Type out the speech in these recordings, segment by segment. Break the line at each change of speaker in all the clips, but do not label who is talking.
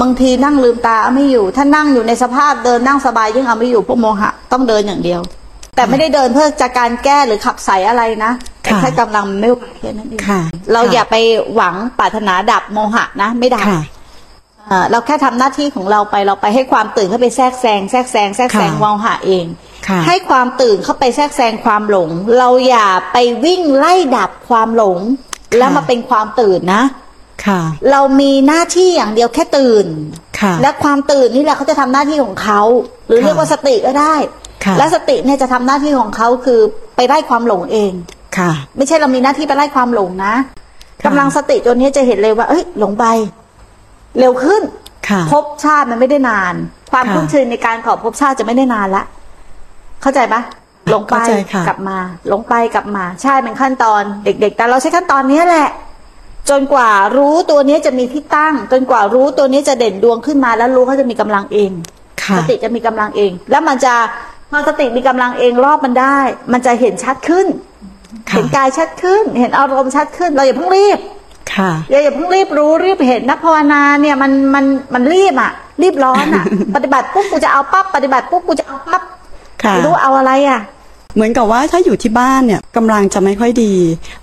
บางทีนั่งลืมตาเอาไม่อยู่ ถ้านั่งอยู่ในสภาพเดินนั่งสบายยิ่งเอาไม่อยู่พวกโมหะต้องเดินอย่างเดียว แต่ไม่ได้เดินเพื่อจะการแก้หรือขับใสอะไรนะแต่
ค่ะ
แค่กำลังไม่ไหวแค่นั้นเอง
ค่ะ
เราอย่าไปหวังปรารถนาดับโมหะนะ ไม่ดับ
ค่ะ
เอ่อเราแค่ทำหน้าที่ของเราไปเราไปให้ความตื่นเข้าไปแทรกแซงแทรกแซงแทรกแซง
ค่ะ
วาวหาเอง
ค่ะ
ให้ความตื่นเข้าไปแทรกแซงความหลง เราอย่าไปวิ่งไล่ดับความหลง
ะ
แล้วมาเป็นความตื่นนะ
ค่ะ
เรามีหน้าที่อย่างเดียวแค่ตื่น
ค่ะ
และความตื่นนี่แหละเขาจะทำหน้าที่ของเขาหรือ
ค่ะ
เรียกว่าสติก็ได้
ค่ะ
และสติเนี่ยจะทำหน้าที่ของเขาคือไปไล่ความหลงเอง
ค่ะ
ไม่ใช่เรามีหน้าที่ไปไล่ความหลงนะ
ค่ะ
กำลังสติตัวเนี้ยจะเห็นเลยว่า เอ้ยหลงไปเร็วขึ้น
ค่ะ
ภพชาติมันไม่ได้นาน ความ
ค่ะ
คุ้นชินในการขอภพชาติจะไม่ได้นานละ เข้าใจปะลงไป
เข้าใจค่ะ
กลับมา ลงไปกลับมาใช่เป็นขั้นตอนเด็ก ๆ แต่เราใช้ขั้นตอนเนี้ยแหละ จนกว่ารู้ตัวเนี้ยจะมีที่ตั้ง จนกว่ารู้ตัวเนี้ยจะเด่นดวงขึ้นมาแล้วรู้เขาจะมีกำลังเอง
ค่ะ
สติจะมีกำลังเอง แล้วมันจะพอสติมีกำลังเองรอบมันได้ มันจะเห็นชัดขึ้น
ค่ะ
เห็นกายชัดขึ้น เห็นอารมณ์ชัดขึ้น เราอย่าเพิ่งรีบ
ค่ะ
อย่าอย่าเพิ่งรีบรู้รีบเห็นนักภาวนาเนี่ยมันมันมันรีบอ่ะ รีบร้อน อ่ะ ปฏิบัติปุ๊บกูจะเอาปั๊บปฏิบัติปุ๊บกูจะเอาปั๊บ
ค่ะ
ไม่รู้เอาอะไรอ่ะ
เหมือนกับว่าถ้าอยู่ที่บ้านเนี่ยกำลังจะไม่ค่อยดี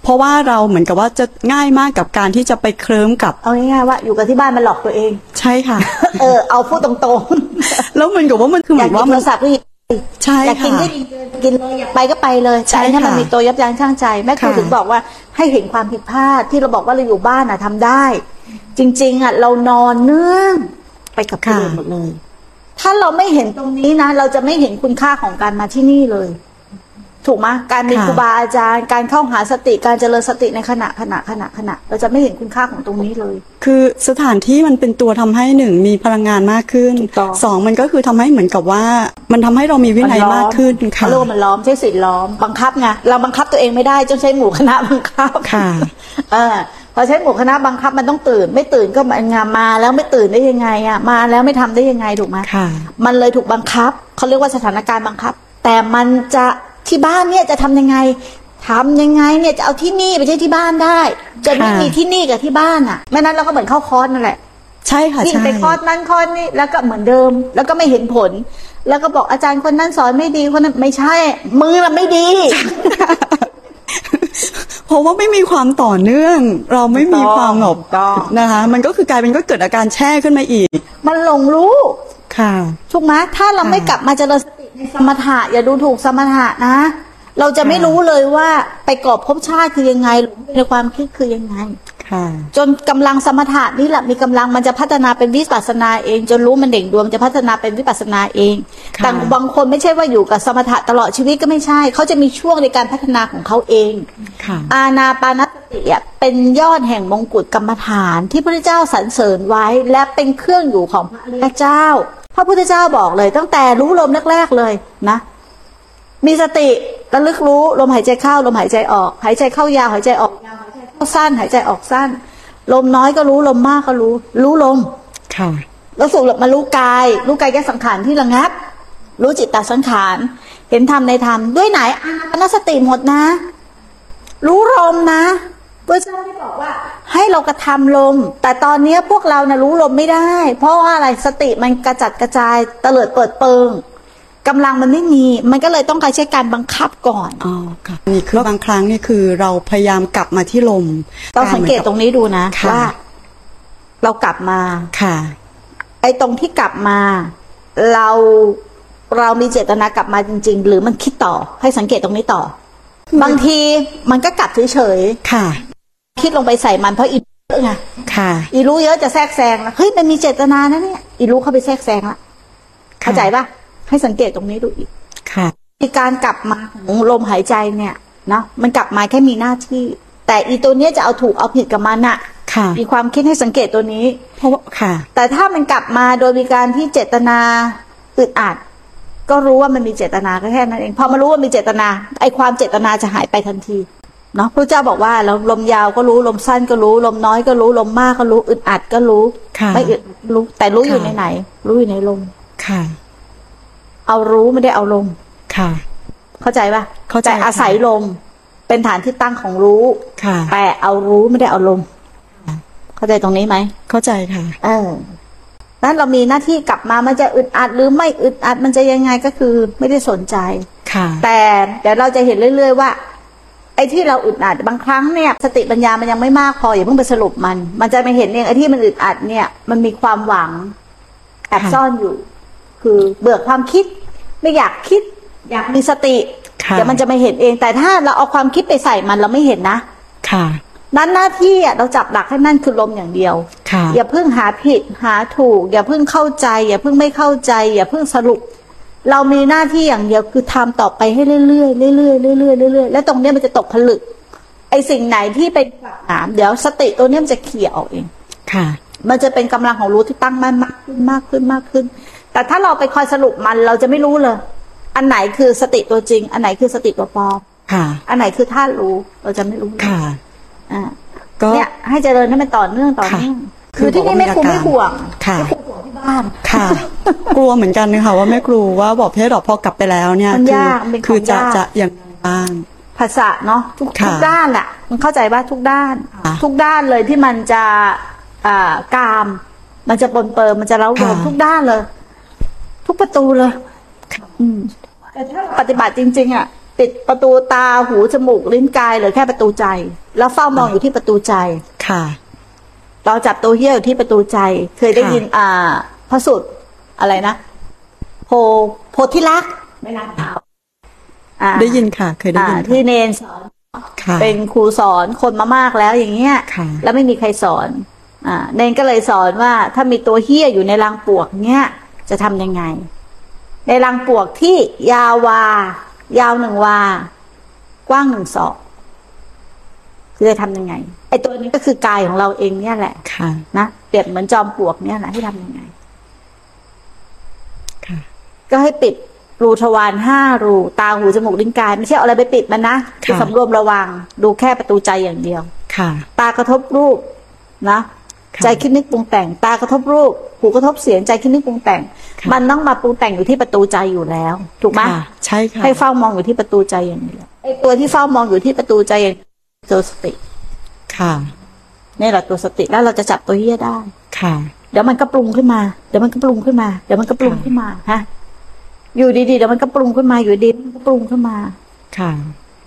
เพราะว่าเราเหมือนกับว่าจะง่ายมากกับการที่จะไปเคลิ้ม กับ
เอาง่ายๆว่าอยู่กับที่บ้านมันหลอกตัวเอง
ใช่ค่ะ
เออเอาพูดตรง
แล้วเหมือนกับว่ามันคื
ๆ
อเห
อ
มื
ยา
อ
กิน
ก น
โท
ว่ามัน
รศัพท์ก็หยิบ
ใช่
อยากกิน
ค่ะ
ก็กินเลยอยากไปก็ไปเลย
ใช่
แต่อันนี้มัน
ค่ะ
มีตัวยับยั้งชั่งใจแม่ครู
ค่ะ
ถึงบอกว่าให้เห็นความผิดพลาดที่เราบอกว่าเราอยู่บ้านอ่ะทำได้ จริง ๆอ่ะเรานอนเนื่องไปกับกิเลสหมดเลย ถ้าเราไม่เห็นตรงนี้นะ เราจะไม่เห็นคุณค่าของการมาที่นี่เลย ถูกไหมการมี
ค่ะ
ครูบาอาจารย์ การเข้าหาสติการเจริญสติในขณะขณะขณะขณะ เราจะไม่เห็นคุณค่าของตรงนี้เลย
คือสถานที่มันเป็นตัวทำให้หนึ่งมีพลังงานมากขึ้น
ถูกต้อง
สองมันก็คือทำให้เหมือนกับว่า มันทำให้เรามีวินัย
ล้อ
มากขึ้น
เขา
ค่ะ
เรียกว่ามันล้อมใช้สิทธิ์ล้อมบังคับไงเราบังคับตัวเองไม่ได้จนใช้หมู่คณะบังคับ
ค่ะ
เออพอใช้หมู่คณะบังคับมันต้องตื่น ไม่ตื่นก็มันงามมาแล้วไม่ตื่นได้ยังไงอ่ะมาแล้วไม่ทำได้ยังไงถูกไหม
ค่ะ
มันเลยถูกบังคับ เขาเรียกว่าสถานการณ์บังคับ แต่มันจะที่บ้านเนี่ยจะทำยังไงทำยังไงเนี่ยจะเอาที่นี่ไปใช้ที่บ้านได้จะไม่
ค่ะ
มีที่นี่กับที่บ้านอ่ะไม่นั้นเราก็เหมือนเข้าคอร์สนั่นแหละ
ใช่ค่ะ
วิ่ง
ใช่
ไปคอร์สนั่นคอร์สนี่แล้วก็เหมือนเดิม แล้วก็ไม่เห็นผล แล้วก็บอกอาจารย์คนนั้นสอนไม่ดีคนนั้นไม่ใช่ มือเราไม่ ดี
เพราะว่าไม่มีความต่อเนื่อง เราไม่มีความหงบ
ถูกต้อง
นะคะ มันก็คือกลายเป็นก็เกิดอาการแช่ขึ้นมาอีก
มันหลงรู้
ค่ะ
ถูกไหมถ้าเราไม่กลับมาเจริญสติในสมถะอย่าดูถูกสมถะนะ เราจะไม่
ค่ะ
รู้เลยว่าไปกอบภพชาติคือยังไงหลงในความคิดคือยังไง
ค่ะ
จนกำลังสมถะนี่แหละมีกำลังมันจะพัฒนาเป็นวิปัสสนาเอง จนรู้มันเด่งดวงจะพัฒนาเป็นวิปัสสนาเอง
ค่ะ
แต่บางคนไม่ใช่ว่าอยู่กับสมถะตลอดชีวิตก็ไม่ใช่ เขาจะมีช่วงในการพัฒนาของเขาเอง
ค่ะ
อาณาปานสติอะเป็นยอดแห่งมงกุฎกรรมฐานที่พระพุทธเจ้าสรรเสริญไว้ และเป็นเครื่องอยู่ของพระอริยเจ้า พระพุทธเจ้าบอกเลย ตั้งแต่รู้ลมแรกๆเลยนะ มีสติระลึกรู้ลมหายใจเข้าลมหายใจออก หายใจเข้ายาวหายใจออกยาวหายใจเข้าสั้นหายใจออกสั้น ลมน้อยก็รู้ลมมากก็รู้ รู้ลม
ค่ะ
แล้วสูบมารู้กาย รู้กายแก้สังขารที่ระงับ รู้จิตตสังขาร เห็นธรรมในธรรม ด้วยไหนอานาปานสติหมดนะ รู้ลมนะพระเจ้าได้บอกว่า ให้เรากระทำลม แต่ตอนเนี้ยพวกเรานะ่ะรู้ลมไม่ได้ เพราะว่าอะไรสติมันกระจัดกระจายเตลิดเปิดเปิงกำลังมันไม่มี มันก็เลยต้องการใช้การบังคับก่อน
อ๋อ ค่ะ นี่คือบางครั้งนี่คือเราพยายามกลับมาที่ลม
ต้องสังเกตตร
ารหมือน
ง
บ
นี้ดูนะ
ค่ะ
ว่า เรากลับมา
ค่ะ
ไอ้ตรงที่กลับมา เราเรามีเจตนากลับมาจริง ๆ หรือมันคิดต่อให้สังเกตตรงนี้ต่อ บางทีมันก็กลับเฉย
ค่ะ
ๆคิดลงไปใส่มันเพราะอีรู้เยอะไง
ค่ะ
อีรู้เยอะจะแทรกแซงนะเฮ้ยมันมีเจตนานะเนี่ยอีรู้เข้าไปแทรกแซงละเข้าใจปะให้สังเกตตรงนี้ดูอีก
ค่ะ
คือการกลับมาของลมหายใจเนี่ยนะมันกลับมาแค่มีหน้าที่ แต่อีตัวเนี้ยจะเอาถูกเอาผิดกับมันอะ
ค่ะ
มีความคิดให้สังเกตตัวนี้
เพราะว่าค่ะ
แต่ถ้ามันกลับมาโดยมีการที่เจตนาอึดอัดก็รู้ว่ามันมีเจตนาก็แค่นั้นเองพอมารู้ว่ามีเจตนาไอความเจตนาจะหายไปทันทีเนาะพระเจ้าบอกว่าแล้วลมยาวก็รู้ลมสั้นก็รู้ ลมน้อยก็รู้ลมมากก็รู้อึดอัดก็รู้
ค่ะ
ไม่อึดรู้แต่รู้อยู่
ค่ะ
ในไหน รู้อยู่ในลม
ค่ะ
เอารู้ไม่ได้เอาลม
ค่ะ
เข้าใจปะ
เข้าใจ
แต่อาศัย
ค่ะ
ลม เป็นฐานที่ตั้งของรู้
ค่ะ
แต่เอารู้ไม่ได้เอาลม เข้าใจตรงนี้ไหม
เข้าใจค่ะ
เออ นั้นเรามีหน้าที่กลับมามันจะอึดอัดหรือไม่อึดอัดมันจะยังไงก็คือไม่ได้สนใจ
ค่ะ
แต่เดี๋ยวเราจะเห็นเรื่อย ๆ ว่า ไอ้ที่เราอึดอัดบางครั้งเนี่ย สติปัญญามันยังไม่มากพออย่าเพิ่งไปสรุปมัน มันจะมาเห็นเองไอ้ที่มันอึดอัดเนี่ย มันมีความหวังแอบ
ค่ะ
ซ่อนอยู่ คือเบื่อความคิด ไม่อยากคิด อยากมีสติ
ค่ะ
เดี๋ยวมันจะมาเห็นเอง แต่ถ้าเราเอาความคิดไปใส่มันเราไม่เห็นนะ
ค่ะ
นั้นหน้าที่อะเราจับหลักให้นั่นคือลมอย่างเดียว
ค่ะ
อย่าเพิ่งหาผิดหาถูก อย่าเพิ่งเข้าใจ อย่าเพิ่งไม่เข้าใจ อย่าเพิ่งสรุป เรามีหน้าที่อย่างเดียวคือทำต่อไปให้เรื่อยๆเรื่อยๆเรื่อยๆเรื่อยๆแล้วตรงเนี้ยมันจะตกผลึก ไอสิ่งไหนที่เป็นขวากหนามเดี๋ยวสติตัวเนี้ยมันจะเขี่ยออกเอง
ค่ะ
มันจะเป็นกำลังของรู้ที่ตั้งมั่นมากขึ้นมากขึ้นมากขึ้น แต่ถ้าเราไปคอยสรุปมันเราจะไม่รู้เลย อันไหนคือสติตัวจริง อันไหนคือสติตัวปลอม
ค่ะ
อันไหนคือท่าตุรู้เราจะไม่รู้เลย
ค่ะ
อ่า
ก็
เนี่ยให้เจริญให้มันต่อเนื่องต่อเนื่อง
ค่ะ
คือที่นี่ไม่ครูไม่ห่วง
ค่ะ
ไม่ครูห่วงที่บ้าน
ค่ะ กลัวเหมือนกันนะคะว่าแม่ครูว่าบอกเพศดอกพอกลับไปแล้วเนี่ย
มัน
คื
ยากมันเป็น
คือจะ
ของยาก
จะอย่างไรบ้าง
ภาษาเนาะทุก
ค่ะ
ทุกด้านอะมันเข้าใจว่าทุกด้าน
ค่ะ
ทุกด้านเลยที่มันจะอ่ากาม มันจะปนเปิมมันจะเร้าร้อนทุกด้านเลย ทุกประตูเลยอืมแต่ถ้าปฏิบัติจริง ๆอะปิดประตูตาหูจมูกลิ้นกายเหรือแค่ประตูใจ แล้วเฝ้ามองอยู่ที่ประตูใจ
ค่ะ
เราจับตัวเหี้ยอยู่ที่ประตูใจ เคยได้ยิน อ่า พระสุดอะไรนะโพโพธิลักษณ์ไม่รักเปล่าอ่า
ได้ยินค่ะ เคยได้
อ่า
ยิน
ที่เนนสอน
ค่ะ
เป็นครูสอนคนมามากแล้วอย่างเงี้ย
ค่ะ
แล้วไม่มีใครสอนอ่าเนนก็เลยสอนว่าถ้ามีตัวเฮี้ยอยู่ในรังปวกเนี้ยจะทำยังไง ในรังปวกที่ยาววา ยาวหนึ่งวา กว้างหนึ่งศอกคือจะทำยังไงไอ้ตัวนี้ก็คือกายของเราเองเนี่ยแหละ
ค่ะ
นะเปรียบเหมือนจอมปลวกเนี่ยแหละให้ทำยังไง
ค่ะ
ก็ให้ปิดรูทวารห้ารู ตาหูจมูกลิ้นกาย ไม่ใช่เอาอะไรไปปิดมันนะคือ
ค่ะ
สำรวมระวังดูแค่ประตูใจอย่างเดียว
ค่ะ
ตากระทบรูปนะ
ค่ะ
ใจคิดนึกปรุงแต่ง ตากระทบรูป หูกระทบเสียงใจคิดนึกปรุงแต่ง
ค่ะ
มันต้องมาปรุงแต่งอยู่ที่ประตูใจอยู่แล้ว ถูกไหม
ค่ะใช่ค่ะ
ให้เฝ้ามองอยู่ที่ประตูใจอย่างเดียวไอ้ตัวที่เฝ้ามองอยู่ที่ประตูใจอย่างเดียวตัวสติ
ค่ะ
นี่แหละตัวสติแล้วเราจะจับตัวเหี้ยได้
ค่ะ
เดี๋ยวมันก็ปรุงขึ้นมา เดี๋ยวมันก็ปรุงขึ้นมา เดี๋ยวมันก็ปรุงขึ้นมา ฮะ อยู่ดีๆ เดี๋ยวมันก็ปรุงขึ้นมา อยู่ดีๆมันก็ปรุงขึ้นมา
ค่ะ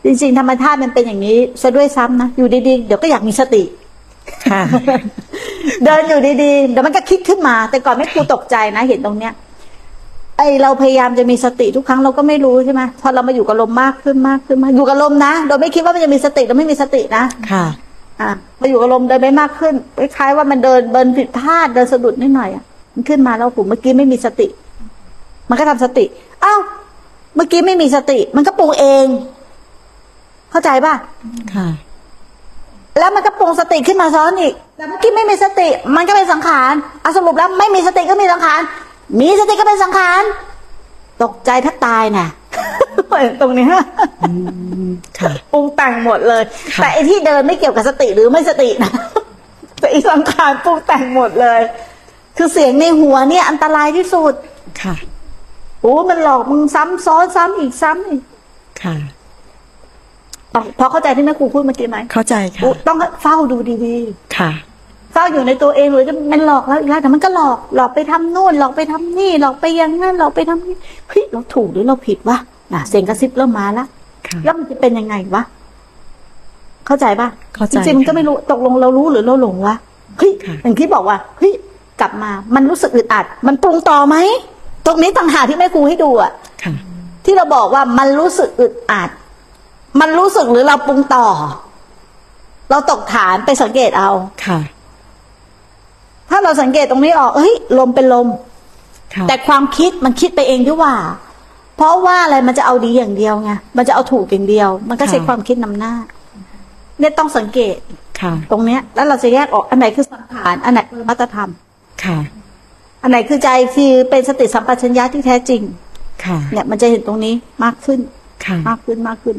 จริงๆ ธรรมชาติมันเป็นอย่างนี้ซะด้วยซ้ำนะ อยู่ดีๆ เดี๋ยวก็อยากมีสติ
ค่ะ
เดินอยู่ดีๆ เดี๋ยวมันก็คิดขึ้นมา แต่ก่อนไม่ครูตกใจนะ เห็นตรงเนี้ย ไอเราพยายามจะมีสติทุกครั้งเราก็ไม่รู้ใช่ไหมพอเรามาอยู่กับลมมากขึ้นมากขึ้นมากอยู่กับลมนะ โดยไม่คิดว่ามันจะมีสติเราไม่มีสตินะ
ค่ะ
อ่ะมาอยู่กับลมเดินไปมากขึ้นคล้ายๆว่ามันเดินเบินผิดพลาดเดินสะดุดนิดหน่อยอ่ะมันขึ้นมาแล้วผมเมื่อกี้ไม่มีสติ มันก็ทำสติอ้าวเมื่อกี้ไม่มีสติ มันก็ปรุงเอง เข้าใจป่ะ
ค่ะ
แล้วมันก็ปรุงสติขึ้นมาซ้อนอีกแต่เมื่อกี้ไม่มีสติ มันก็เป็นสังขารอ่ะสรุปแล้วไม่มีสติก็มีสังขารมีสติก็เป็นสังขารตกใจถ้าตายน่ะ ตรงเนี้ย
อืมค่ะ
ปรุงแต่งหมดเลย
ค่ะ
แต่ไอที่เดินไม่เกี่ยวกับสติหรือไม่สตินะ แต่อีสังขารปรุงแต่งหมดเลย คือเสียงในหัวเนี่ยอันตรายที่สุด
ค่ะ
โอ้มันหลอกมึงซ้ำซ้อนซ้ำอีกซ้ำอีก
ค่ะ
พอพอเข้าใจที่แม่ครูพูดเมื่อกี้ไหม
เข้าใจค่ะ
โอ้ต้องเฝ้าดูดี
ค่ะ
ๆเฝ้าอยู่ในตัวเองหรือจะมันหลอกแล้วอีกแล้วแต่มันก็หลอกหลอกไปทำนู่นหลอกไปทำนี่ หลอกไปอยังนั่นหลอกไปทำนี่เฮ้ยเราถูกหรือเราผิดวะน่ะเสียงกระซิบเริ่มมาละ
ค่ะ
แล้วมันจะเป็นยังไงวะ เข้าใจปะ
เข้าใจ
จริงๆมันก็ไม่รู้ ตกลงเรารู้หรือเราหลงวะ เฮ้ย
ค่ะ
อย่างที่บอกว่า เฮ้ย กลับมา มันรู้สึกอึดอัด มันปรุงต่อไหม ตรงนี้ต่างหากที่แม่ครูให้ดูอะ
ค่ะ
ที่เราบอกว่ามันรู้สึกอึดอัด มันรู้สึกหรือเราปรุงต่อ เราตกฐานไปสังเกตเอา
ค่ะ
ถ้าเราสังเกตตรงนี้ออก เฮ้ย ลมเป็นลม
ค่ะ
แต่ความคิดมันคิดไปเองด้วยว่า เพราะว่าอะไรมันจะเอาดีอย่างเดียวไง มันจะเอาถูกอย่างเดียว มันก็ใช้
ค่ะ
ความคิดนำหน้า เนี่ยต้องสังเกต
ค่ะ
ตรงเนี้ย แล้วเราจะแยกออกอันไหนคือสังขารอันไหนคือมัตธรรม
ค่ะ
อันไหนคือใจคือเป็นสติสัมปชัญญะที่แท้จริง
ค่ะ
เนี่ยมันจะเห็นตรงนี้มากขึ้น
ค่ะ
มากขึ้นมากขึ้น